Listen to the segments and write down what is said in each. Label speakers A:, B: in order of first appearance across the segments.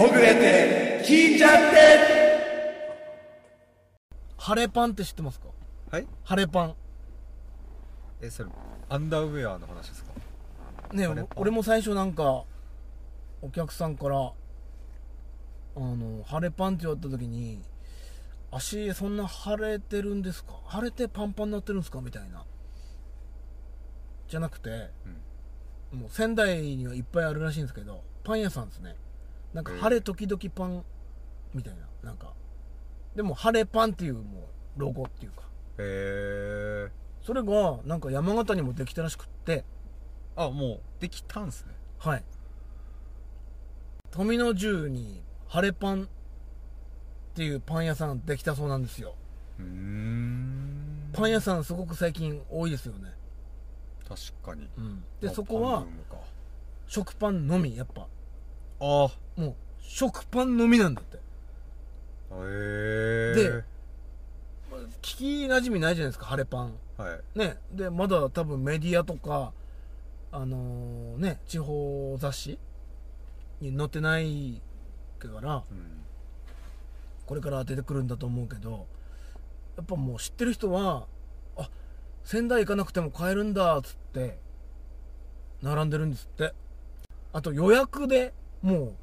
A: 遅れて聞いちゃって
B: ハレパンって知ってますか
C: はい
B: ハレパン
C: えそれアンダーウェアの話ですか
B: ね
C: ハレパン
B: 俺も最初なんかお客さんから「あのハレパン」って言われた時に「足そんな腫れてるんですか腫れてパンパンになってるんですか?」みたいなじゃなくて、もう仙台にはいっぱいあるらしいんですけどパン屋さんですねなんか
C: へえ
B: 晴れ時々パンみたいななんかでも晴れパンっていうもうロゴっていうか
C: へえ
B: それがなんか山形にもできたらしくって
C: あもうできたんすね
B: はい富の重に晴れパンっていうパン屋さんできたそうなんですよ
C: うーん
B: パン屋さんすごく最近多いですよね
C: 確かに
B: うんで
C: まあ
B: そこは
C: パンブームか
B: 食パンのみやっぱ
C: あ
B: もう食パンのみなんだって
C: へえ
B: で聞き馴染みないじゃないですか晴れパン
C: はい
B: ねでまだ多分メディアとかあのーね地方雑誌に載ってないから
C: うん
B: これから出てくるんだと思うけどやっぱもう知ってる人はあ仙台行かなくても買えるんだっつって並んでるんですってあと予約でもう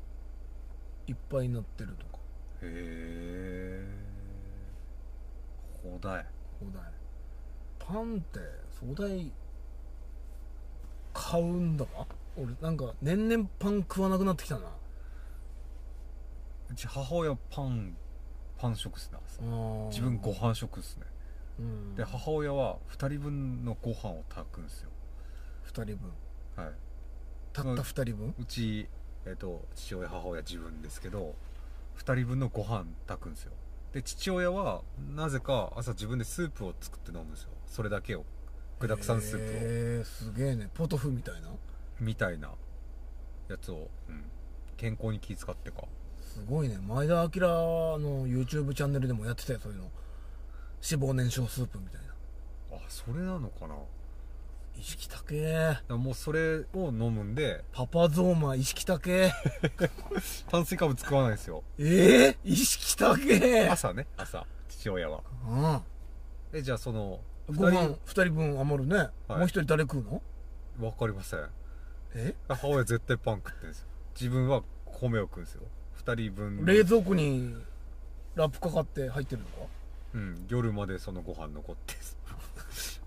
B: いっぱいになってるとか
C: へえ古代
B: お題パンってお題買うんだわ俺なんか年々パン食わなくなってきたな
C: うち母親パンパン食っすな
B: あー
C: 自分ご飯食っすね
B: うん
C: で母親は2人分のご飯を炊くんですよ
B: 2人分
C: はい
B: たった2人分
C: うち、えっと父親母親自分ですけど2人分のご飯炊くんですよで父親はなぜか朝自分でスープを作って飲むんですよそれだけを具だくさんスープ
B: へえすげえねポトフみたいな
C: をみたいなやつを、うん、健康に気遣ってか
B: すごいね前田明の YouTube チャンネルでもやってたよそういうの脂肪燃焼スープみたいな
C: あそれなのかなだか
B: 意識高え
C: らもうそれを飲むんで
B: パパゾーマ意識高え
C: 炭水化物食わないんですよ
B: ええ意識高え
C: 朝ね朝父親は
B: うん
C: でじゃあその
B: ご
C: 二
B: 飯2人分余るね、
C: い
B: もう1人誰食うの
C: 人わかりません
B: え
C: 母親絶対パン食ってんですよ自分は米を食うんですよ2人分
B: 冷蔵庫にラップかかって入ってるのか
C: うん夜までそのご飯残ってです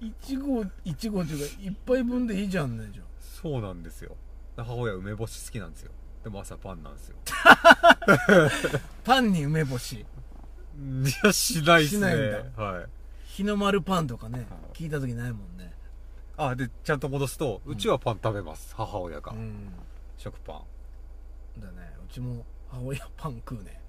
B: 1合1合っていうか1杯分でいいじゃんねじゃ
C: そうなんですよ母親梅干し好きなんですよでも朝パンなんですよ
B: あパンに梅干し
C: いやしないっす
B: し
C: ね
B: ないん
C: はい
B: 日の丸パンとかね
C: はい
B: 聞いた時ないもんね
C: あでちゃんと戻すとうちはパン食べます、母親が、
B: うん
C: 食パン
B: だねうちも母親パン食うね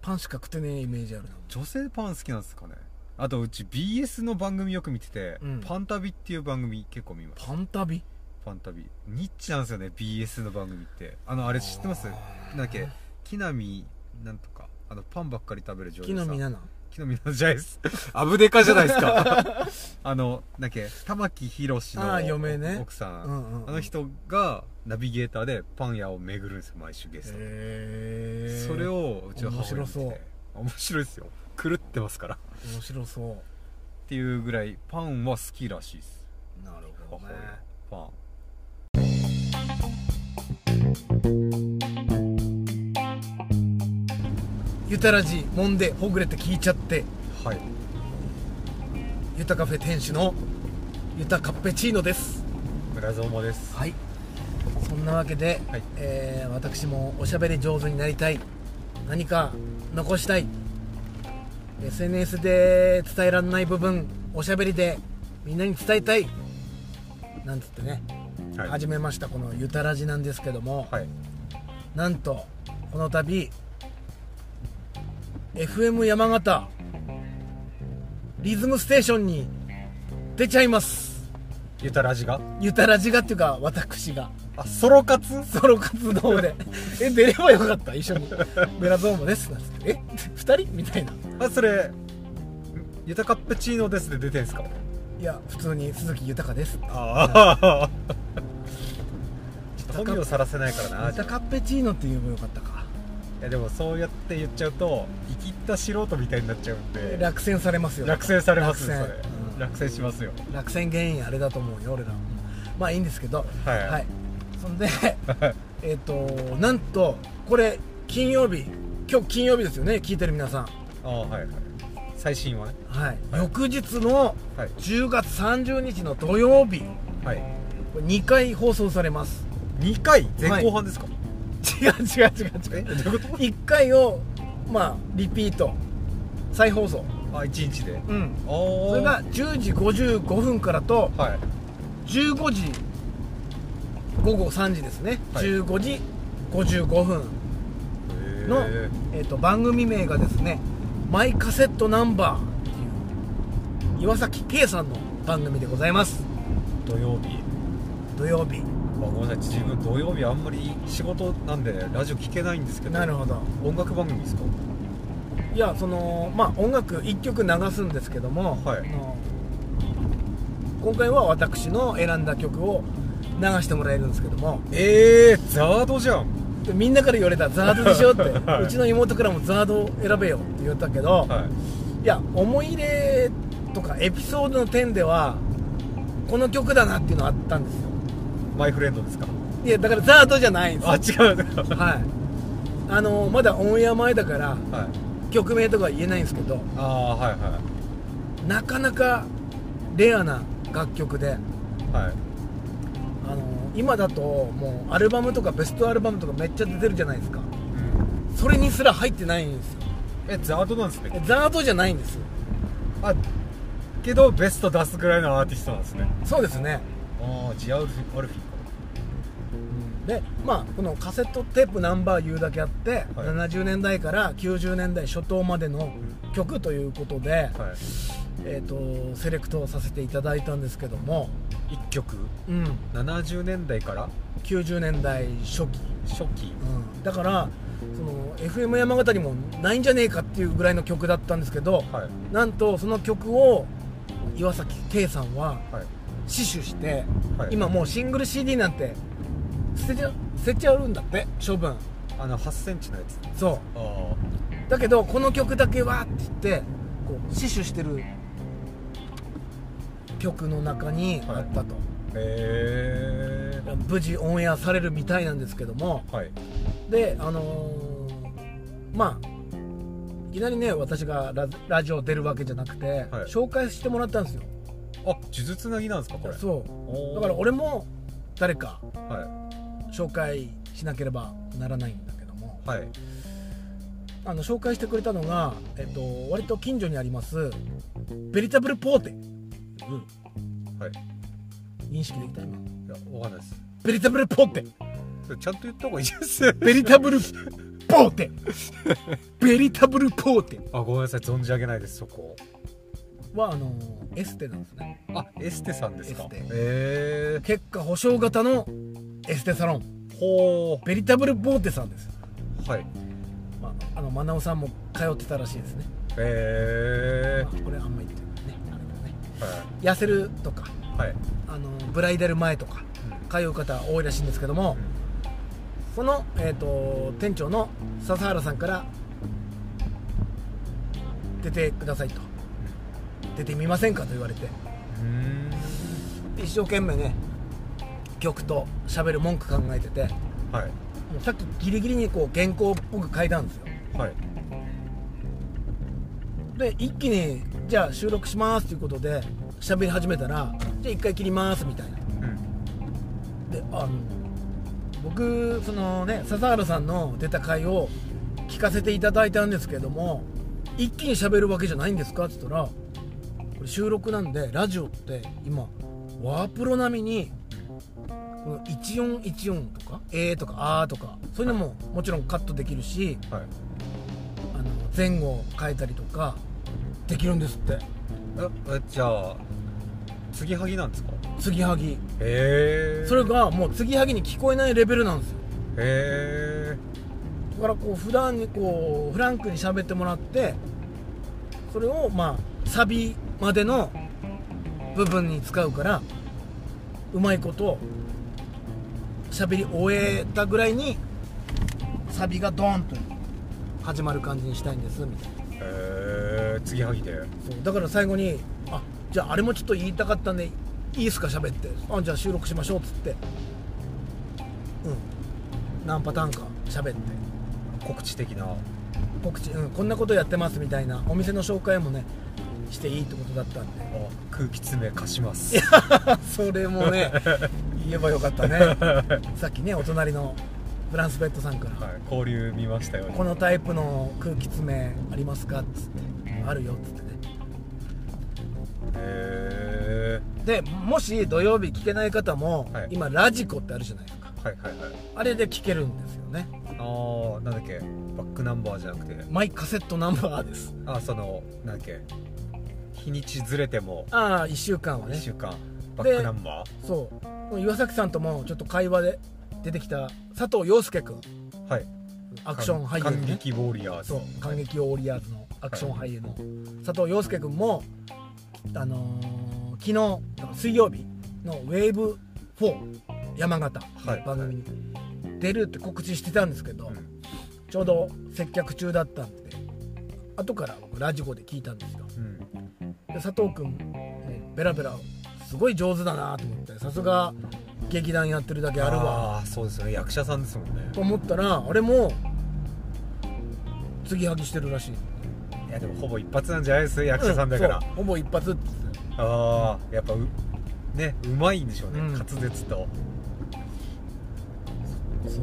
B: パンしか食ってねえイメージあるな
C: 女性パン好きなんですかねあとうち BS の番組よく見てて、
B: うん
C: パン旅っていう番組結構見ます
B: パン旅
C: パン旅ニッチなんですよね BS の番組ってあのあれ知ってますなんだっけ木南なんとかあのパンばっかり食べる女優
B: 木
C: さん
B: の実なな
C: 木南奈々じゃないです アブデカじゃないですか あのなんだっけ玉木宏
B: あ
C: の
B: ー嫁ね
C: 奥さん、
B: うんうんうん
C: あの人がナビゲーターでパン屋を巡るんですよ毎週ゲストで、
B: へえ
C: それをうちの母親に見てて
B: 面白
C: 面白いですよ狂ってますからっ
B: 面白そう
C: ていうぐらいパンは好きらしいです
B: なる
C: 母親パン
B: ゆたらじもんでほぐれて聞いちゃって
C: はい
B: ゆたカフェ店主のゆたカッペチーノです
C: 村園です
B: はいそんなわけで、
C: はい
B: えー私もおしゃべり上手になりたい何か残したい SNS で伝えられない部分おしゃべりでみんなに伝えたいなんつってね、
C: はい
B: 始めましたこの「ゆたらじ」なんですけども、
C: はい
B: なんとこの度 FM 山形リズムステーションに出ちゃいます
C: ゆたらじが
B: ゆたらじがっていうか私が
C: あソロ活
B: ソロ活動でえ出ればよかった一緒にベラゾーマですなんつってえ二人みたいな
C: あそれ「ゆたカップチーノです」で出てんすか
B: いや普通に鈴木豊です
C: ああちょっと
B: カ
C: 富をさらせないからな
B: イタカッペチーノって言えばよかったか
C: いやでもそうやって言っちゃうと生きった素人みたいになっちゃうんで
B: 落選されますよ
C: 落選されます
B: 落
C: ね
B: 選
C: それ、
B: うん
C: 落選しますよ
B: 落選原因あれだと思うよ俺らまあいいんですけど
C: はい
B: はいそんでえっとなんとこれ金曜日今日金曜日ですよね聞いてる皆さん
C: ああはいはい最新はね
B: はい翌日の
C: はい
B: 10月30日の土曜日
C: はい
B: 2回放送されます
C: 2回前後半ですか、
B: 違う違う違う違
C: え
B: う
C: どういうこ
B: 1回をまあリピート再放送
C: とあ1日で
B: うん
C: ああ
B: それが10時55分からと
C: はい
B: 15時午後3時ですね、
C: はい
B: 15時55分の、
C: へ
B: えー、と番組名がですね「マイカセットナンバー」っていう岩崎圭さんの番組でございます
C: ー土曜日
B: 土曜日
C: あごめんなさい自分土曜日あんまり仕事なんでラジオ聞けないんですけど
B: なるほど
C: 音楽番組ですか
B: いやそのまあ音楽1曲流すんですけども、
C: はい
B: あの今回は私の選んだ曲を流してもらえるんですけども
C: ええー、ザードじゃん
B: でみんなから言われたザードでしょって
C: はいう
B: ちの妹からもザードを選べよって言ったけど、
C: はい
B: いや思い入れとかエピソードの点ではこの曲だなっていうのはあったんですよ
C: マイフレンドですか
B: いやだからザードじゃないんです
C: あ
B: よ
C: 違う
B: はいあのまだオンエア前だから
C: はい
B: 曲名とかは言えないんですけど
C: ああはいは
B: なかなかレアな楽曲で
C: いはい
B: あの今だともうアルバムとかベストアルバムとかめっちゃ出てるじゃないですか
C: うん
B: それにすら入ってないんですよ
C: えザードなんですね
B: ザードじゃないんですよ
C: あけどベスト出すぐらいのアーティストなんですね
B: そうですね
C: ああジアルフィアルフィ
B: でまあこのカセットテープナンバー言うだけあって、
C: はい
B: 70年代から90年代初頭までの曲ということで、
C: かはい
B: えー、とセレクトさせていただいたんですけども、
C: 1曲
B: うん、
C: 70年代から
B: 90年代初期、
C: 初期
B: うん、だからその FM 山形にもないんじゃねえかっていうぐらいの曲だったんですけど、
C: はい
B: なんとその曲を岩崎圭さんは
C: はい
B: 死守して、
C: はい
B: 今もうシングル CD なんて捨てちゃ捨てちゃうんだって処分
C: あの8センチのやつ
B: そう
C: ああ
B: だけどこの曲だけはって言ってこう死守してる曲の中にあったと、
C: へえ
B: 無事オンエアされるみたいなんですけども
C: はい
B: であのーまあいきなりね私がララジオ出るわけじゃなくて、紹介してもらったんですよ
C: あ呪術つなぎなんですかこれ
B: そう
C: おー
B: だから俺も誰か
C: は
B: 紹介しなければならないんだけども
C: いはい
B: あの紹介してくれたのが、えっと、割と近所にありますベリタブルポーテ
C: うんはい
B: 認識できた今
C: いやわかんないです
B: ベリタブルポーテ
C: それちゃんと言った方がいい ですよ
B: ベリタブルポーテベリタブルポーテ
C: あごめんなさい存じ上げないですそこ
B: はあのエステなんですね
C: あエステさんですか
B: エステ
C: へえ
B: 結果保証型のエステサロン
C: ほ
B: ベリタブルポーテさんです、
C: うはい
B: まあ、あのマナオさんも通ってたらしいですね、
C: へえ
B: まあこれあんまり言ってないねあれだね
C: は
B: 痩せるとか
C: いはい
B: あのブライダル前とか通う方多いらしいんですけどもその、えー、と店長の笹原さんから出てくださいと出てみませんかと言われて
C: うん
B: 一生懸命ね曲と喋る文句考えてても
C: はいう
B: さっきギリギリにこう原稿っぽく書いたんですよ
C: ーんはい
B: で一気にじゃあ収録しますということで喋り始めたらじゃあ一回切りますみたいな
C: うん
B: であの僕そのね笹原さんの出た回を聞かせていただいたんですけども一気に喋るわけじゃないんですかって言ったらこれ収録なんでラジオって今ワープロ並みにこの1414とか「え」とか「あ」とかそういうのももちろんカットできるし
C: はい
B: あの前後を変えたりとかできるんですって
C: ええじゃあ継ぎはぎなんですか
B: 継ぎはぎ
C: へえ
B: それがもう継ぎはぎに聞こえないレベルなんですよ
C: へえ
B: だからこう普段にこうフランクに喋ってもらってそれをまあサビまでの部分に使うからうまいこと喋り終えたぐらいにサビがドーンと始まる感じにしたいんですみたいな
C: えー、継ぎはぎで
B: そうだから最後に「あじゃああれもちょっと言いたかったんでいいっすか喋ってあじゃあ収録しましょう」っつってうん何パターンか喋って
C: 告知的な
B: 告知、うん、こんなことやってますみたいなお店の紹介もねしていいってことだったんで
C: あ空気詰め貸します
B: それもね言えばよかったね さっきねお隣のフランスベッドさんから
C: はい、交流見ましたよ
B: 「このタイプの空気詰めありますか?」っつって「あるよ」っつってね
C: へ
B: でもし土曜日聞けない方も、
C: はい
B: 今ラジコってあるじゃないですか
C: ー、はいはいはい
B: あれで聞けるんですよね
C: ああなんだっけバックナンバーじゃなくて
B: マイカセットナンバーです
C: あそのなんだっけ日にちずれても
B: ああ1週間は
C: 1
B: ね
C: 週間バックナンバ
B: そう岩崎さんともちょっと会話で出てきた佐藤陽介君
C: ーはい
B: アクション俳優
C: 感
B: ね
C: 感激ウォリアーズ
B: そう「感激オーリアーズ」のアクション俳優の佐藤陽介君も、あのー昨日だから水曜日の「ウェーブ4山形」
C: はい
B: 番組に出るって告知してたんですけど、
C: うん
B: ちょうど接客中だったんで後から僕ラジコで聞いたんですよ
C: うん
B: で佐藤君もベラベラすごい上手だなと思ってさすが劇団やってるだけあるわ
C: あーそうですよね役者さんですもんね
B: と思ったらあれも継ぎはぎしてるらしい
C: いやでもほぼ一発なんじゃないです役者さんだから、
B: うそうほぼ一発っつって
C: ああやっぱうねうまいんでしょうね、
B: うん
C: 滑舌と
B: そう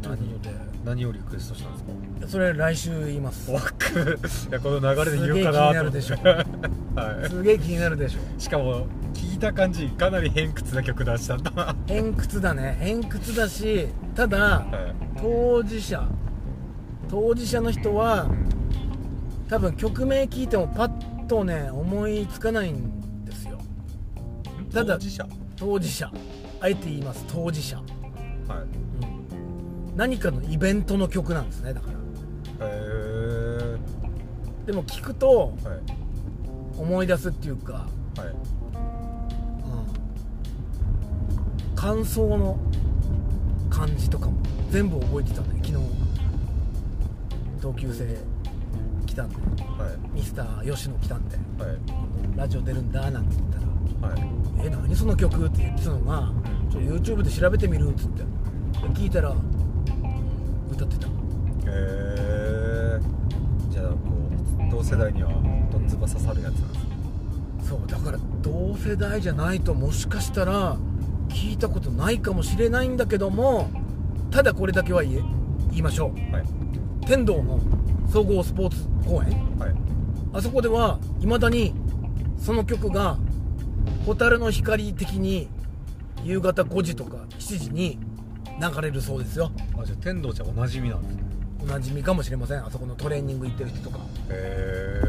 B: と
C: 何
B: いうことで
C: 何をリクエストしたんですか
B: それ来週言います
C: わく いやこの流れで言うかなと思って
B: すげえ気
C: は
B: すげえ気になるでしょ
C: い、しかも聞いた感じかなり偏屈な曲出したんだ な、は
B: 偏屈だね偏屈だしただ当事者当事者の人はい
C: うん
B: 多分曲名聞いてもパッとね思いつかないんですよただ
C: 当事者は
B: 当事者あえて言います当事者、
C: い
B: うん何かのイベントの曲なんですねだから
C: へえ
B: でも聞くと
C: はい
B: 思い出すっていうか
C: はい
B: うん感想の感じとかも全部覚えてたんで昨日同級生来たんで
C: はい
B: ミスター吉野来たんで
C: はい
B: ラジオ出るんだなんて言ったら
C: はい
B: 「え何その曲?」って言ってたのが「ちょ YouTube で調べてみる」っつってで聞いたらうん歌ってた
C: へえじゃあこう同世代にはどんずば刺さるやつなんですね
B: そうだから同世代じゃないともしかしたら聞いたことないかもしれないんだけどもただこれだけは言え言いましょう
C: はい
B: 天童の総合スポーツ公園
C: はい
B: あそこではいまだにその曲が「蛍の光」的に夕方5時とか7時に流れるそうですよ
C: あじゃあ天童ちゃんおなじみなんですね
B: おなじみかもしれませんあそこのトレーニング行ってる人とか
C: へ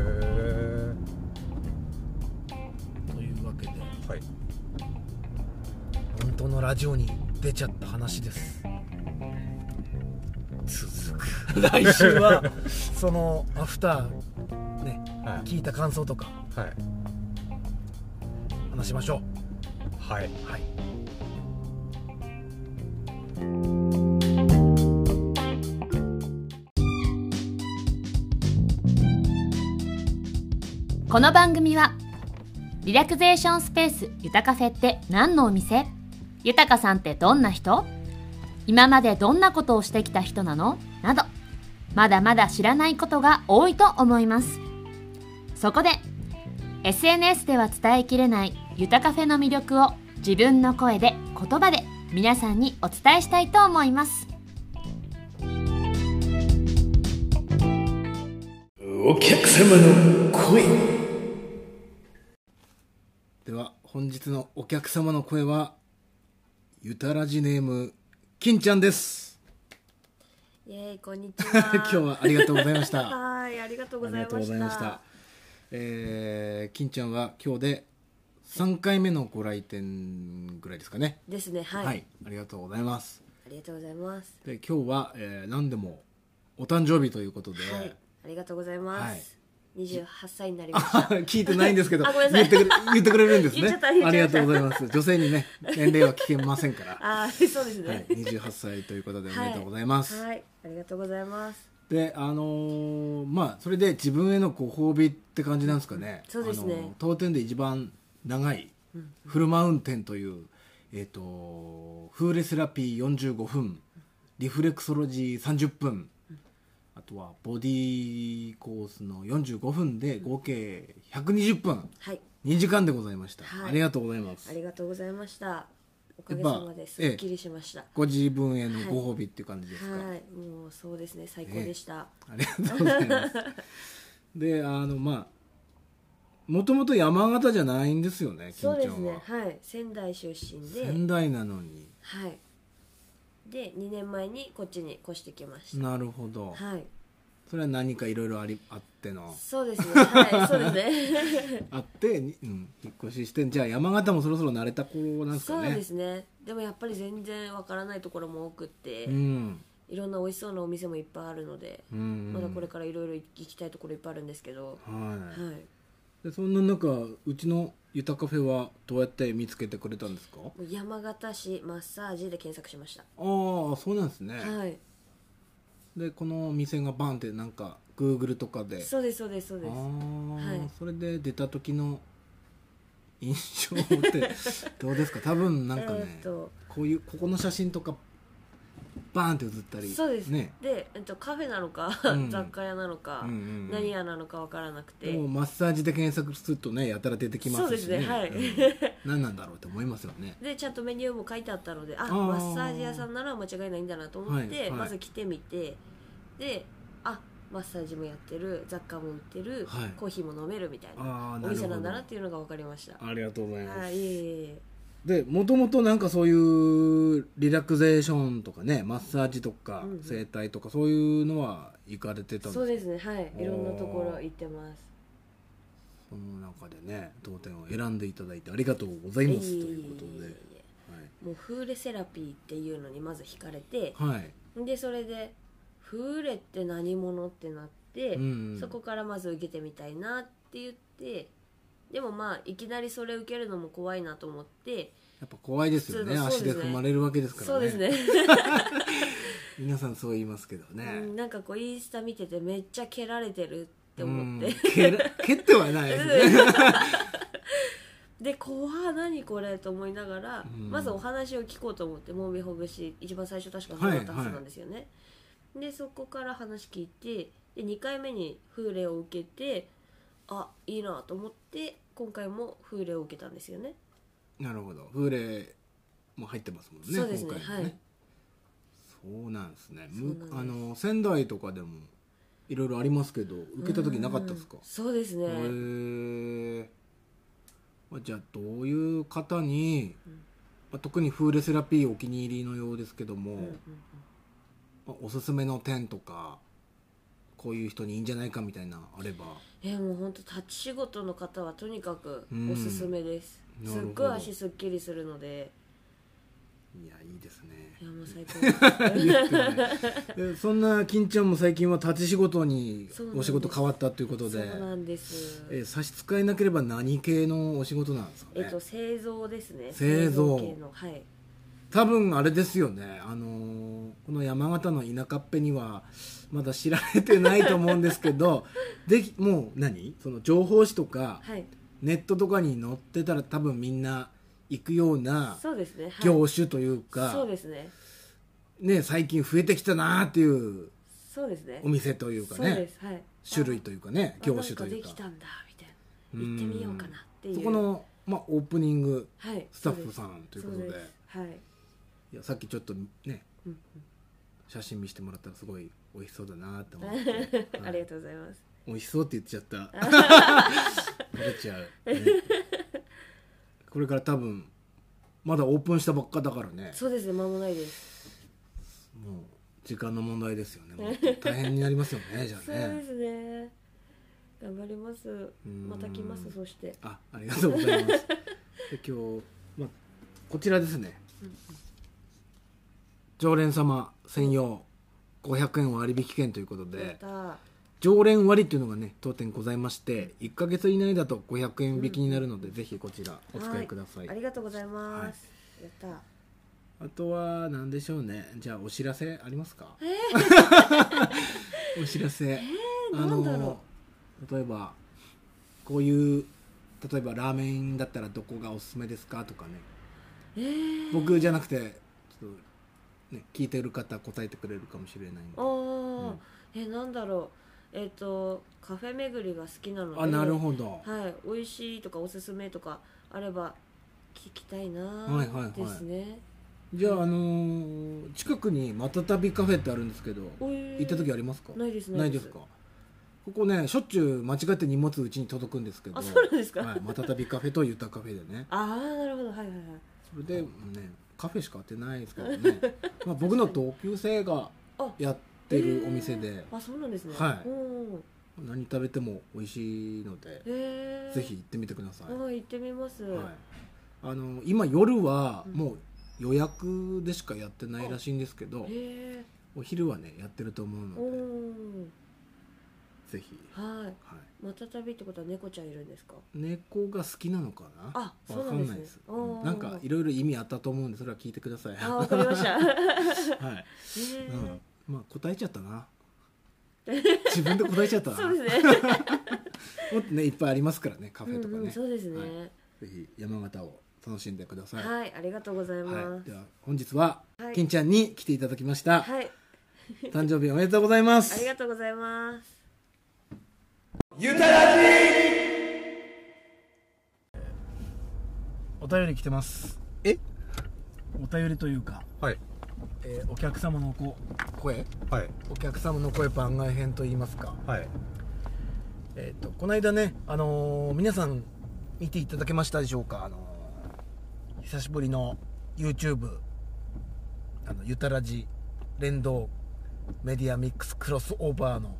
B: というわけで
C: えはい
B: 本当のラジオに出ちゃった話です
C: 続く
B: 来週はそのアフターね
C: はい
B: 聞いた感想とか
C: はい
B: 話しましょう
C: はい
B: はい
D: この番組はリラクゼーションスペースゆたカフェって何のお店ゆたかさんってどんな人今までどんなことをしてきた人なのなどまだまだ知らないことが多いと思いますそこで SNS では伝えきれないゆたカフェの魅力を自分の声で言葉で皆さんにお伝えしたいと思います
B: お客様の声では本日のお客様の声はゆたらじネーム金ちゃんです
E: イエーイこんにちは。
B: 今日はありがとうございましたあ
E: はいありがとうご
B: り
E: ざい
B: が
E: ま
B: とうご
E: し
B: ざい
E: た。
B: ましたえー、金ちゃんは今日で3回目のご来店ぐらいですかね
E: ですねは、
B: はいありがとうございます
E: ありがとうございます。
B: で今日は、えー、何でもお誕生日ということで、
E: はいありがとうございます。 28歳にな りました。
B: 聞いてないんですけど
E: あごめんなさ
B: 言ってく
E: い
B: れ言ってくれるんです
E: 言っち
B: ね
E: ゃった言
B: あ
E: っ
B: り
E: ちゃ
B: が
E: いました
B: とうございます女性にね年齢は聞けませんから
E: ああ、そうです
B: はい
E: ね。、
B: 28歳ということでおめでとうございます、
E: はい、ありがとうございます。
B: であのーまあそれで自分へのご褒美って感じなんですかね
E: そうですね
B: あの当店で一番長いフルマウンテンという、えっ、とフーレセラピー45分リフレクソロジー30分あとはボディーコースの45分で合計120分
E: はい、
B: 2時間でございました、
E: はい
B: ありがとうございます
E: ありがとうございました。おかげさまです
B: やっぱ
E: っきりしました。
B: ご自分へのご褒美っていう感じですか、
E: はい、もうそうですね、最高でした。
B: ありがとうござい ます。で、あの、まあ、もともと山形じゃないんですよね、
E: そう
B: 金ち
E: で
B: ゃ
E: す
B: んは。
E: ね、はい、仙台出身で、
B: 仙台なのに。
E: はい。で、2年前にこっちに越してきました。
B: なるほど。
E: はい、
B: それは何かいろいろあり、あっての。
E: そうですね、はい、そう ですね。
B: あって、にうん、引っ越しして、じゃあ山形もそろそろ慣れた頃なんです
E: そ
B: か
E: う
B: ね。
E: ですねでもやっぱり全然わからないところも多くって、
B: うん。
E: いろんな美味しそうなお店もいっぱいあるので、
B: うん。
E: まだこれからいろいろ行きたいところいっぱいあるんですけど、
B: は
E: は
B: い。
E: い
B: で、そんな中、うちのゆたカフェはどうやって見つけてくれたんですかあ
E: もう山形市マッサージで検索しました、
B: あー、そうなんですね。
E: はい
B: で、この店がバンってなんか、Google とかで。
E: そうですそうですそうです
B: ああ、
E: はい
B: それで出た時の印象 ってどうですか多分なんかね
E: えーっと
B: こういうここの写真とかバーンって写ったり
E: そうです
B: ね
E: で、えっと、カフェなのか、
B: ん
E: 雑貨屋なのか、
B: うんうんうん
E: 何屋なのかわからなくて
B: でもマッサージで検索するとねやたら出てきますし、ね、
E: そうですねはい
B: うん何なんだろうって思いますよね
E: でちゃんとメニューも書いてあったのであ
B: ー
E: マッサージ屋さんなら間違いないんだなと思って、
B: はいはい
E: まず来てみてであマッサージもやってる雑貨も売ってる、
B: はい
E: コーヒーも飲めるみたいな
B: ああ
E: お
B: なる
E: 店
B: ほ
E: なん
B: ど
E: だなっていうのが分かりました
B: ありがとうございます、
E: はいいえいえ
B: でもともとなんかそういうリラクゼーションとかねマッサージとか
E: うんうん
B: 整体とかそういうのは行かれてたんです
E: そ
B: か
E: うですねはい
B: おー
E: いろんなところ行ってます
B: その中でね当店を選んでいただいてありがとうござい
E: いえい
B: ますと
E: え
B: いうこと
E: いえい
B: で、
E: えもうフーレセラピーっていうのにまず惹かれて
B: はいはい、
E: でそれでフーレって何者ってなって、
B: うん
E: そこからまず受けてみたいなって言ってでもまあいきなりそれ受けるのも怖いなと思って、
B: やっぱ怖いですよね
E: 普通のそう
B: 足
E: で
B: です
E: ね
B: 踏まれるわけですからね
E: そうですね
B: 皆さんそう言いますけどね、
E: うん なんかこうインスタ見ててめっちゃ蹴られてるって思 って、
B: うん蹴ら蹴ってはないですね
E: で怖っ何これと思いながら、
B: うん
E: まずお話を聞こうと思ってもみほぐし一番最初確かそうだったはずなんですよね、でそこから話聞いてで2回目に風鈴を受けてあいいなと思って今回も風鈴を受けたんですよね
B: なるほど風鈴も入ってますもんね
E: そうですね
B: 今回も
E: はい
B: そうなんですね
E: そうなんです
B: むあの仙台とかでもいろいろありますけど受けた時なかったですか
E: うんそうですね、
B: へーまあじゃあどういう方に、まあ特にフーレセラピーお気に入りのようですけども、
E: うんうん
B: まあおすすめの点とかこういう人にいいんじゃないかみたいなあれば
E: えもうほんと立ち仕事の方はとにかく
B: うん
E: おすすめです、
B: な
E: す
B: る
E: っ
B: ほど
E: ごい足すっきりするので
B: いやいいですね
E: いやもう最 高
B: でそんな金ちゃんも最近は立ち仕事に
E: そうなんです
B: お仕事変わったということ
E: そ
B: で
E: うなんです
B: えー差し支えなければ何系のお仕事なんですか
E: え
B: ね、
E: っと、製造ですね
B: 製造
E: 系のはい
B: 多分あれですよねあのーこの山形の田舎っぺにはまだ知られてないと思うんですけど できもう何その情報誌とか
E: はい
B: ネットとかに載ってたら多分みんな行くような
E: そうですねはい
B: 業種というか、
E: そうですね
B: ね、最近増えてきたなっていう
E: そうですね
B: お店というか
E: そうで
B: ね
E: すはい
B: 種類というかね
E: あ
B: 業種という
E: なんかでき
B: か
E: たんだみたいな行ってみようかなっていう
B: そこの、まあ、オープニング
E: はい
B: スタッフさんということで
E: そうすはい
B: いやさっきちょっとね
E: うん
B: 写真見せてもらったらすごい美味しそうだなって思 って、
E: うんありがとうございます
B: 美味しそうって言っちゃ った漏れちゃう、ねこれから多分まだオープンしたばっかだからね
E: そうですね間もないです
B: もう時間の問題ですよねもう大変になりますよ ねじゃあ
E: そう
B: ね
E: ですね頑張ります
B: ん
E: また来ますそして
B: あありがとうございますで今日、まあ、こちらですね、常連様専用500円割引券ということ
E: ま
B: で
E: た
B: 常連割っていうのがね当店ございまして1ヶ月以内だと500円引きになるので、ぜひこちらお使いください、
E: はありがとうございます、やっ
B: あとは何でしょうねじゃあお知らせありますか、 お知らせ、
E: なんだろ
B: う例えばこういう例えばラーメンだったらどこがおすすめですかとかね、僕じゃなくてちょっと、ね、聞いてる方答えてくれるかもしれないんで
E: たおー、えなんだろうえっ、とカフェ巡りが好きなので
B: あなるほど
E: はい美味しいとかおすすめとかあれば聞きたいな
B: はいはいはい
E: ですね
B: じゃあ、あのー近くにまたたびカフェってあるんですけど
E: おえー
B: 行った時ありますか
E: ないです
B: な
E: ないい
B: で
E: ですす
B: かここねしょっちゅう間違って荷物うちに届くんですけど
E: あそうなんですか
B: はい、またたびカフェとゆたカフェでね
E: ああなるほどはいはいはい
B: それで、ね、カフェしか当てないですけど ね、まあ、僕の同級生が
E: あ
B: やってるお店で、
E: えーあそうなんですね
B: はい
E: うん
B: 何食べても美味しいので、
E: えー、
B: ぜひ行ってみてください、
E: はい行ってみます、
B: はい、あの今夜はもう予約でしかやってないらしいんですけど、
E: え
B: お昼はねやってると思う
E: ー、お
B: ので、
E: お
B: ぜひ、
E: はい
B: はい、
E: また旅ってことは猫ちゃんいるん ですか
B: 猫が好きなのかな
E: あ
B: わか
E: そうなんん
B: ない
E: です
B: です
E: ねおー
B: うんなんかいろいろ意味あったと思うんでそれは聞いてください
E: あー
B: は
E: わかりまし
B: い、
E: た、え
B: う
E: ー
B: ん、まあ答えちゃった な自分で答えちゃったな
E: そうですね。
B: もっとねいっぱいありますからねカ
E: う
B: フェとか
E: ん
B: ね、
E: うん、そうですね。
B: ぜひ山形を楽しんでください、
E: はい、ありがとうござい
B: は
E: ま。
B: い、ですは本日は、
E: はい
B: 金ちゃんに来ていただきました、
E: はい、
B: 誕生日おめでとうございます
E: ありがとうございます。
A: ゆたらじ
F: お便り来てます
B: え
F: お便りというか、
C: はい
F: えーお客様の子
B: 声
C: はい
B: お客様の声番外編といいますか
C: はい
B: えっ、とこの間ねあのー皆さん見ていただけましたでしょうかあのー久しぶりの YouTube あのゆたらじ連動メディアミックスクロスオーバーの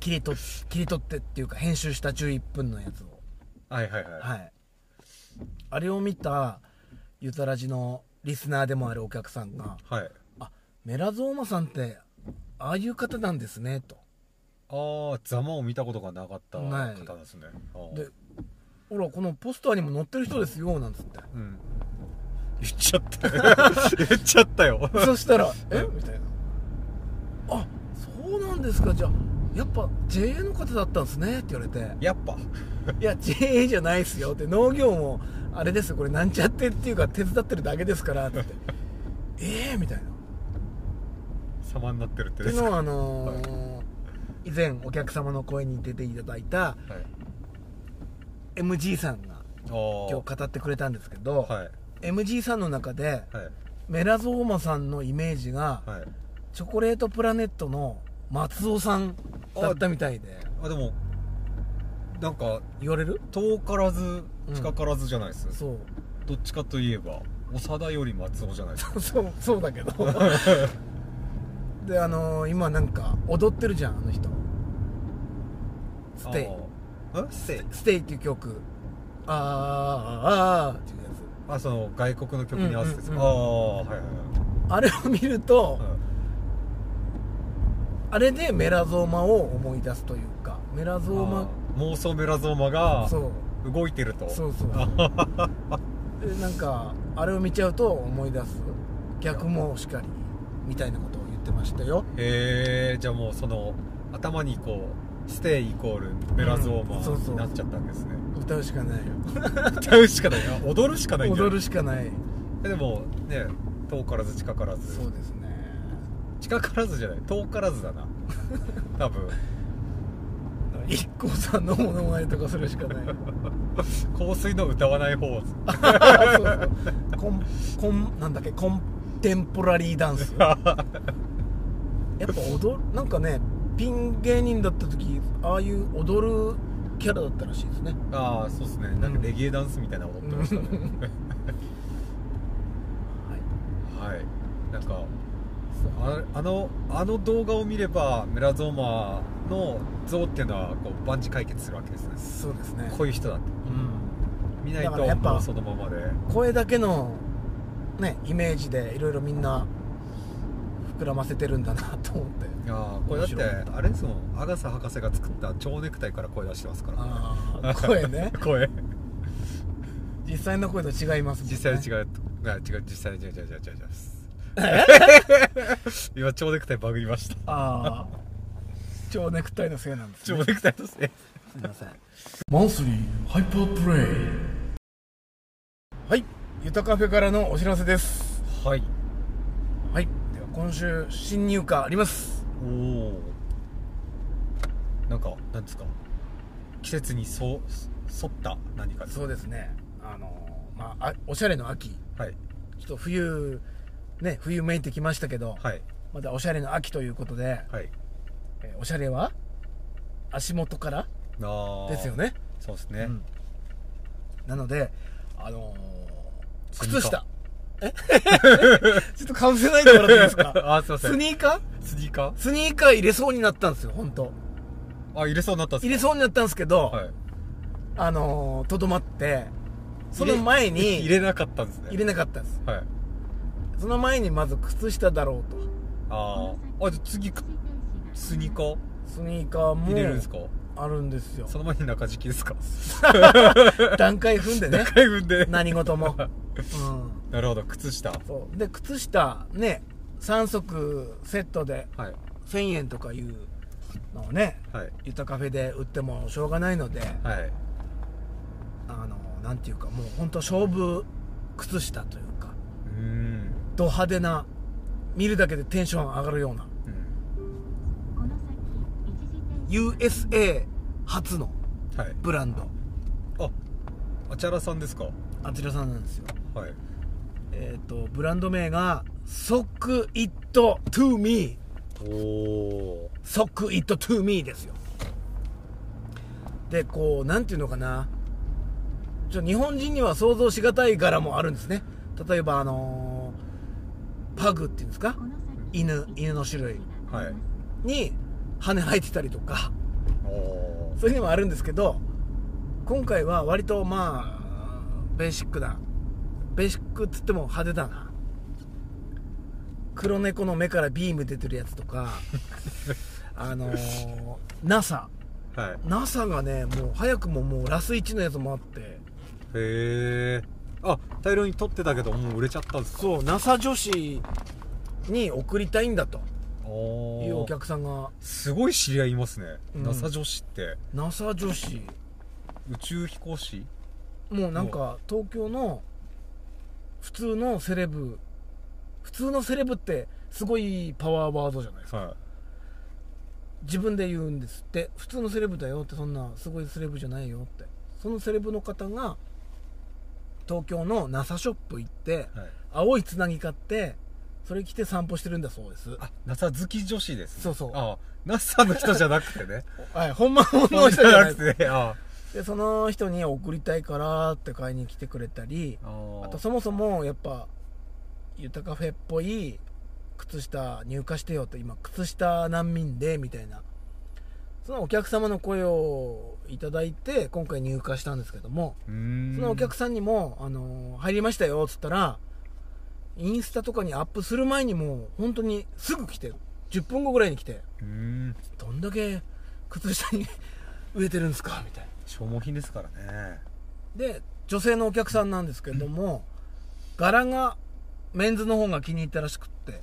B: 切り取っ切り取ってっていうか編集した11分のやつを
C: はいはいはい
B: はい、あれを見たゆたらじのリスナーでもあるお客さんが
C: はい
B: 「あメラゾーマさんってああいう方なんですね」と
C: ああざまを見たことがなかった方
B: な
C: ないんですねあー
B: で「ほらこのポスターにも載ってる人ですよ」なんつって
C: うん言っちゃったよ言っちゃったよ
B: そしたら「えみたいな「あそうなんですかじゃあやっぱ JA の方だったんですね」って言われ て
C: やっぱ
B: 「いや JA じゃないですよ」って農業もあれですよこれなんちゃってっていうか手伝ってるだけですから って「ええみたいな。
C: 様になってるって
B: って
C: で
B: いう
C: すか
B: のはあのー以前お客様の声に出ていただいた
C: はい
B: MG さんが
C: あー
B: 今日語ってくれたんですけど、
C: はい
B: MG さんの中で
C: はい
B: メラゾーマさんのイメージが
C: はい
B: チョコレートプラネットの松尾さんだったみたいで
C: あでもなんか
B: 言われる
C: 遠からず近からずじゃないです、
B: そう
C: どっちかといえば長田より松尾じゃないですか
B: そうそうだけどであのー今なんか踊ってるじゃんあの人ステイ
C: あーえステイ
B: ステイっていう曲あーあーあーっていうやつ
C: あその外国の曲に合わせてですか、
B: うんうん
C: あ
B: うん
C: あはいはい
B: あれを見ると、
C: はい、はい
B: あれでメラゾーマを思い出すというかメラゾーマ
C: あー妄想メラゾーマが
B: そう
C: 動いてると
B: そうそうでなんかあれを見ちゃうと思い出す逆もしかりみたいなことを言ってましたよ
C: へえじゃあもうその頭にこうステイイコールメラゾー
B: うんそう
C: マ
B: そう
C: になっちゃったんですね、
B: 歌うしかない
C: 歌うしかないあ踊るしかないんだ
B: 踊るしかない
C: でもね遠からず近からず
B: そうですね
C: 近からずじゃない遠からずだな 多分
B: IKKO さんのモノマネとかするしかない
C: 香水の歌わない方
B: あそうそうコンコンなんだっけコンテンポラリーダンスやっぱ踊るなんかねピン芸人だった時ああいう踊るキャラだったらしいですね
C: ああそうですねなんかレゲエダンスみたいな踊ってま したね、
B: はい
C: はいなんかああのあの動画を見ればメラゾーマの像っていうのはこう万事解決するわけですね
B: そうですね
C: こういう人だって
B: うん、
C: 見ない
B: だ
C: と
B: からやっぱ
C: もうそのままで
B: 声だけの、ね、イメージでいろいろみんな膨らませてるんだなと思って
C: いやーこれだってあれですもんアガサ博士が作った蝶ネクタイから声出してますから
B: ああ声ね
C: 声
B: 実際の声と違いますもんね
C: 実際に違うとあ違う実際に違う違う違う違う違う 今蝶ネクタイバグりました
B: ああ蝶ネクタイのせいなんです
C: 蝶ネクタイとして
B: すいません
G: マンスリーハイパープレイ
B: はいゆたカフェからのお知らせです
C: はい
B: はいでは今週新入荷あります
C: おおなんかなんですか季節にそ沿った何かです
B: そうですねあのまああおしゃれの秋ち
C: はい
B: ょっと冬ね冬めいてきましたけど、
C: はい
B: まだおしゃれの秋ということで、
C: はい
B: えーおしゃれは足元から
C: あー
B: ですよね
C: そうですね、
B: うんなのであのー
C: スニーカー
B: 靴下え ちょっとかぶせないでもらっていいですか
C: あーすいません
B: スニーカー
C: スニーカー
B: スニーカー入れそうになったんですよ本当
C: あ入れそうになったん
B: 入
C: です
B: れそうになったんですけど、
C: かはい
B: あのーとどまってその前に
C: 入れなかったんですね
B: 入れなかったんです
C: はい
B: その前にまず靴下だろうと
C: あーあじゃあ次くスニーカー
B: スニーカー
C: 入れるんです
B: も
C: か、
B: あるんですよ
C: その前に中敷きですか
B: 段階踏んでね
C: 中分 で
B: 何事 も、うん、
C: なるほど靴下は
B: そうで靴下ね3足セットで
C: い
B: 1000円とかいうのをね
C: はい
B: ゆたカフェで売ってもしょうがないので
C: はい
B: あのなんていうかもう本当勝負靴下というか
C: うーん
B: ド派手な見るだけでテンション上がるような
C: うん
B: USA 初の
C: はい
B: ブランド
C: ああちゃらさんですか
B: あちらさんなんですよ
C: はい
B: えっ、とブランド名が「即 it to me」
C: おお
B: 「即 it to me」ですよでこうなんていうのかなちょ日本人には想像しがたい柄もあるんですね例えばあのーパグっていうんですか犬犬の種類
C: はい
B: に羽生えてたりとか
C: おお
B: そういうのもあるんですけど今回は割とまあベーシックなベーシックっつっても派手だな黒猫の目からビーム出てるやつと かあのー、NASA
C: はい
B: NASA がねもう早くももうラス1のやつもあって
C: へえあ大量に取ってたけどもう売れちゃったんですか
B: そう NASA 女子に送りたいんだと
C: お
B: いうお客さんが
C: すごい知り合いいますね、
B: うん
C: NASA 女子って
B: NASA 女子
C: 宇宙飛行士
B: もうなんか東京の普通のセレブ普通のセレブってすごいパワーワードじゃないですか
C: は
B: 自分で言うんですって普通のセレブだよってそんなすごいセレブじゃないよってそのセレブの方が東京の NASA ショップ行って
C: い、はい、
B: 青いつなぎ買ってそれ着て散歩してるんだそうです
C: あ NASA 好き女子です、ね、
B: そうそう
C: あ NASA の人じゃなくて ね
B: はい本間の人じゃないです
C: くてね あ
B: でその人に送りたいからって買いに来てくれたり
C: あー
B: あとそもそもやっぱゆたカフェっぽい靴下入荷してよと今靴下難民でみたいなそのお客様の声をいただいて今回入荷したんですけども
C: うーん
B: そのお客さんにも「あの入りましたよ」っつったらインスタとかにアップする前にもう本当にすぐ来て10分後ぐらいに来て
C: うーん
B: 「どんだけ靴下に 植えてるんですか?」みたいな
C: 消耗品ですからね
B: で女性のお客さんなんですけれども、柄がメンズの方が気に入ったらしくって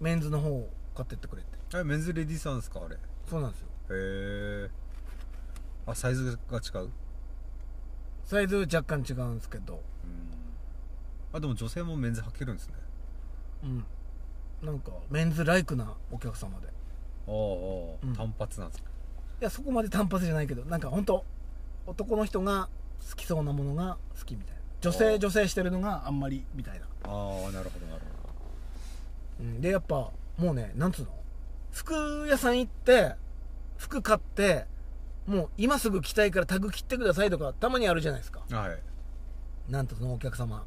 B: メンズの方を買ってってくれて
C: あれメンズレディーさんですかあれへ
B: そうなんですよ
C: えあサイズが違う
B: サイズ若干違うんですけど
C: うんあでも女性もメンズ履けるんですね
B: うんなんかメンズライクなお客様でい
C: ああ、ああ
B: うん
C: 単発なんですか
B: やそこまで単発じゃないけどなんか本当男の人が好きそうなものが好きみたいな女
C: あ
B: 性
C: ー
B: 女性してるのがあんまりみたいな、
C: ああなるほどなる
B: うん、でやっぱもうねなんつうの服屋さん行って服買ってもう今すぐ着たいからタグ切ってくださいとかたまにあるじゃないですか
C: ほどはい
B: なんとそのお客様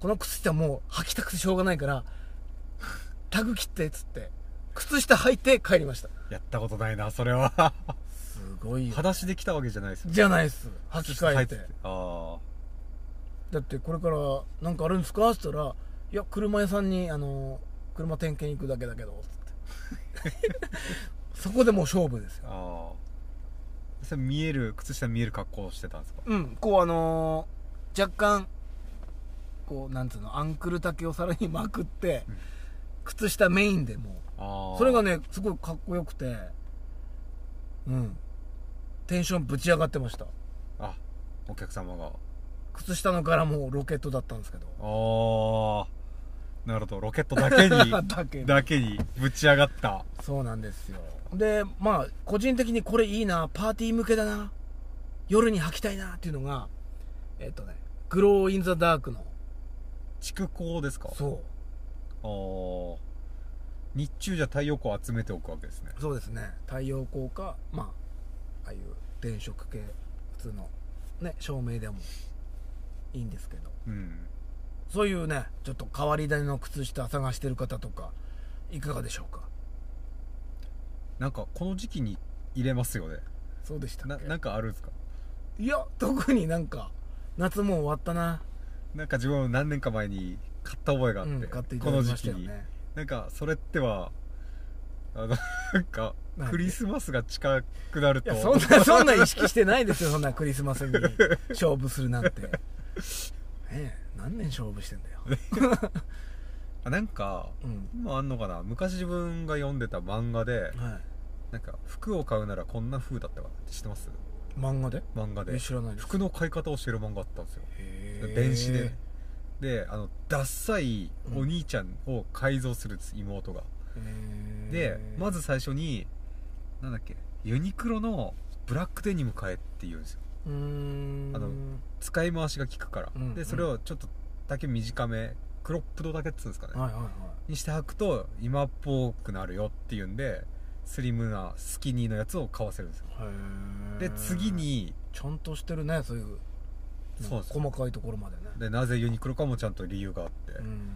B: この靴下もう履きたくてしょうがないからタグ切ってっつって靴下履いて帰りました
C: やったことないなそれは
B: すごい
C: 裸足で来たわけじゃないですよ
B: じゃないっす履き替えて
C: 履いあ
B: だってこれからなんかあるんですかっつったらいや車屋さんにあの車点検行くだけだ けどつってそこでもう勝負ですよ
C: ああそれ見える靴下見える格好してたんですか
B: うんこうあのー若干こうなんつうのアンクル丈をさらにまくって、
C: うん
B: 靴下メインでも
C: あ
B: う
C: あ
B: それがねすごいかっこよくてうんテンションぶち上がってました
C: あお客様があ
B: 靴下の柄もロケットだったんですけど
C: あなるほどロケットだけに
B: だけど
C: だけにぶち上がった
B: そうなんですよでまあ個人的にこれいいなパーティー向けだな夜に履きたいなっていうのがえっ、とねグローインザダークの
C: 蓄光ですかう
B: そ
C: あー日中じゃ太陽光集めておくわけですね
B: うそうですね太陽光かまあああいう電飾系普通のね照明でもいいんですけど
C: うん
B: そういうねちょっと変わり種の靴下探してる方とかいかがでしょうか
C: なんかこの時期に入れますよね
B: そうでした
C: な
B: っけ
C: なんかあるんですか
B: いや特になんか夏もう終わったな
C: なんか自分は何年か前に買った覚えがあって,、
B: うん買っていた
C: こ
B: だ
C: の
B: き
C: 時
B: まし
C: 期
B: たよ
C: に
B: ね
C: なんかそれってはあの なんか
B: なんで
C: クリスマスが近くなる
B: い
C: と
B: やそんなそんな意識してないですよそんなクリスマスに勝負するなんてねえ何年勝負して んだよ、
C: あなんか
B: うん
C: 今あんのかな昔自分が読んでた漫画で
B: は
C: なんか服を買うならこんな風だったかなって知ってます
B: い、漫画で
C: 漫画で
B: え知らないです
C: 服の買い方を教える漫画あったんですよ
B: へえ
C: 電子でねであのダッサいお兄ちゃんを改造するんです妹が
B: へえ
C: でまず最初になんだっけユニクロのブラックデニム買えって言うんですよ
B: うーん
C: あの使い回しが効くから、
B: うん
C: でそれをちょっとだけ短めクロップドだけっつうんですかね、
B: はいはいはい
C: にして履くと今っぽくなるよっていうんでスリムなスキニーのやつを買わせるんですよ
B: へえ
C: で次に
B: ちゃんとしてるねそういう
C: そうです
B: 細かいところまでね
C: でなぜユニクロかもちゃんと理由があって、
B: うん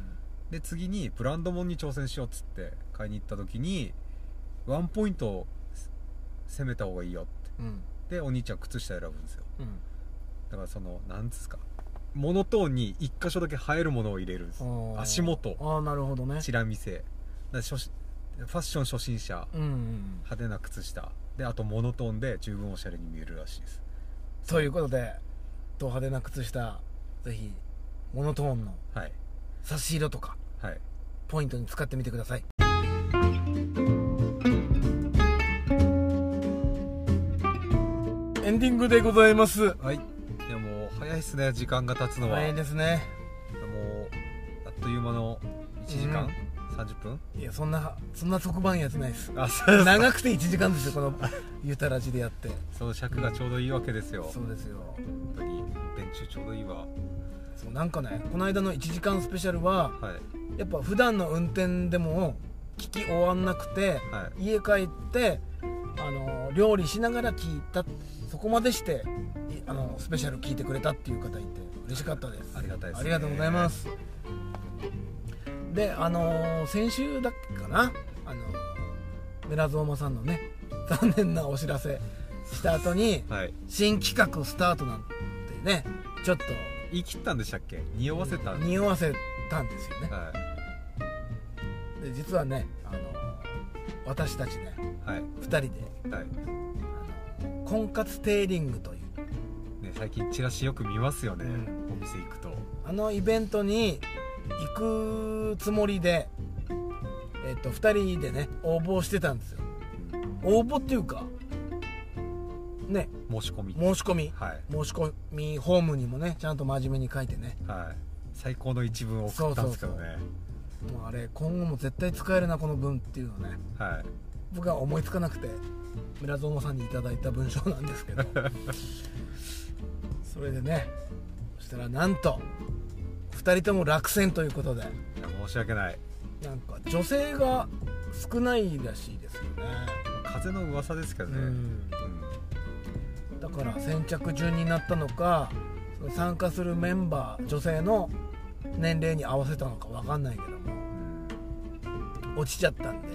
C: で次にブランドもんに挑戦しようっつって買いに行った時にワンポイントを攻めた方がいいよって
B: うん
C: でお兄ちゃん靴下選ぶんですよ
B: うん
C: だからそのなんつうんですかモノトーンに一箇所だけ生えるものを入れるんです
B: あー
C: 足元
B: ああなるほどね
C: チラ見せだから初心ファッション初心者
B: うんうんうん
C: 派手な靴下であとモノトーンで十分おしゃれに見えるらしいです
B: ということでド派手な靴下ぜひモノトーンの
C: はい
B: 差し色とか
C: はい
B: ポイントに使ってみてくださいエンディングでございます
C: はいいやもう早いっすね時間が経つのは
B: 早いですね
C: もうあっという間の1時間、30分
B: いやそんなそんな特番やつないです
C: あそうです
B: 長くて1時間ですよこのゆたらじでやって
C: その尺がちょうどいいわけですよ
B: そうですよ
C: 本当に電柱ちょうどいいわ
B: そうなんかねこの間の1時間スペシャルは
C: はい
B: やっぱ普段の運転でも聞き終わんなくて
C: はい
B: 家帰ってあの料理しながら聞いたそこまでしていあのスペシャル聞いてくれたっていう方いて嬉しかったです
C: ありがたいですね
B: ありがとうございますであの先週だっけかなあのメラゾーマさんのね残念なお知らせした後に
C: はい
B: 新企画スタートなんてねちょっと
C: 言い切ったんでしたっけ匂わせたんで
B: 匂わせたんですよね
C: は
B: で実はねあの私たちね
C: いはい
B: 2人で
C: はい
B: 婚活テーリングという
C: ね最近チラシよく見ますよね、
B: う
C: お店行くと
B: あのイベントに行くつもりで、えっと2人でね応募してたんですよ応募っていうかね
C: 申し込み
B: 申し込み
C: はい
B: 申し込みホームにもねちゃんと真面目に書いてね
C: はい最高の一文を送ったんですけどね
B: もうあれ今後も絶対使えるなこの文っていうのね
C: はい
B: 僕は思いつかなくて村園さんにいただいた文章なんですけど それでねそしたらなんと2人とも落選ということで
C: いや申し訳ない
B: なんか女性が少ないらしいですよね、
C: 風の噂ですけどね、
B: うん
C: うん
B: だから先着順になったのかその参加するメンバー女性の年齢に合わせたのかわかんないけども
C: うん
B: 落ちちゃったんで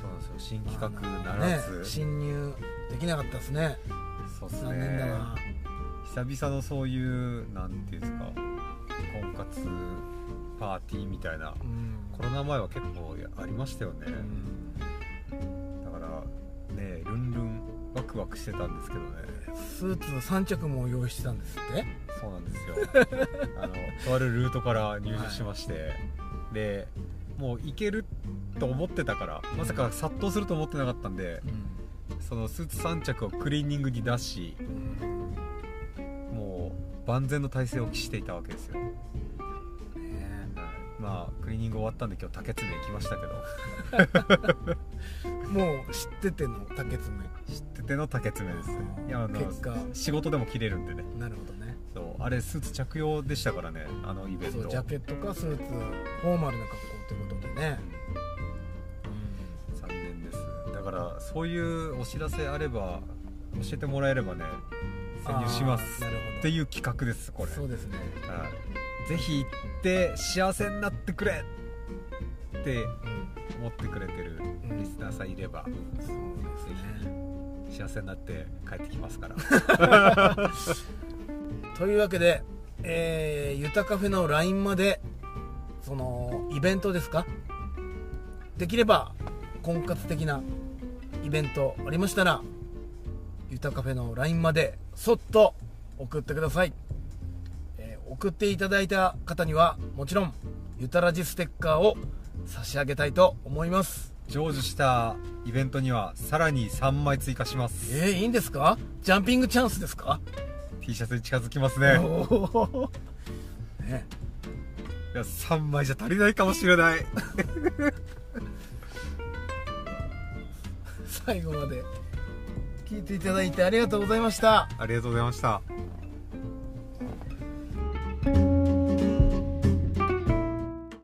C: そうなんですよ新企画
B: あ
C: な
B: の
C: ら
B: ね
C: ず、
B: 侵入できなかったですね
C: そうっす
B: 残念だ
C: ね
B: な、
C: 久々のそういうなんていうんですか婚活パーティーみたいな
B: うん
C: コロナ前は結構ありましたよね
B: うん
C: だからねルンルンワクワクしてたんですけどね
B: スーツ3着も用意してたんですって
C: そうなんですよ あのとあるルートから入手しまして、でもう行けると思ってたからまさか殺到すると思ってなかったんでそのスーツ3着をクリーニングに出しもう万全の体制を期していたわけですよまあクリーニング終わったんで今日竹爪行きましたけど
B: もう知ってての竹爪
C: 知ってての竹爪ですいやあの
B: 結果
C: 仕事でも着れるんでね
B: なるほどね
C: そうあれスーツ着用でしたからねあのイベン
B: そう
C: ト
B: ジャケットかスーツフォーマルな格好ということでね
C: 残念ですだからそういうお知らせあれば教えてもらえればね潜入します
B: あーなるほど
C: っていう企画ですこれ
B: そうですね
C: はいぜひ行って幸せになってくれって思ってくれてるリスナーさんいれば、
B: そうですね
C: 幸せになって帰ってきますから
B: というわけで、えー、ゆたカフェの LINE までそのイベントですかできれば婚活的なイベントありましたらゆたカフェの LINE までそっと送ってください、えー送っていただいた方にはもちろんゆたらじステッカーを差し上げたいと思います
C: 成就したイベントにはさらに3枚追加します
B: えー、いいんですかジャンピングチャンスですか
C: T シャツに近づきますね
B: おーね
C: いや3枚じゃ足りないかもしれない
B: 最後まで聞いていただいてありがとうございました
C: ありがとうございました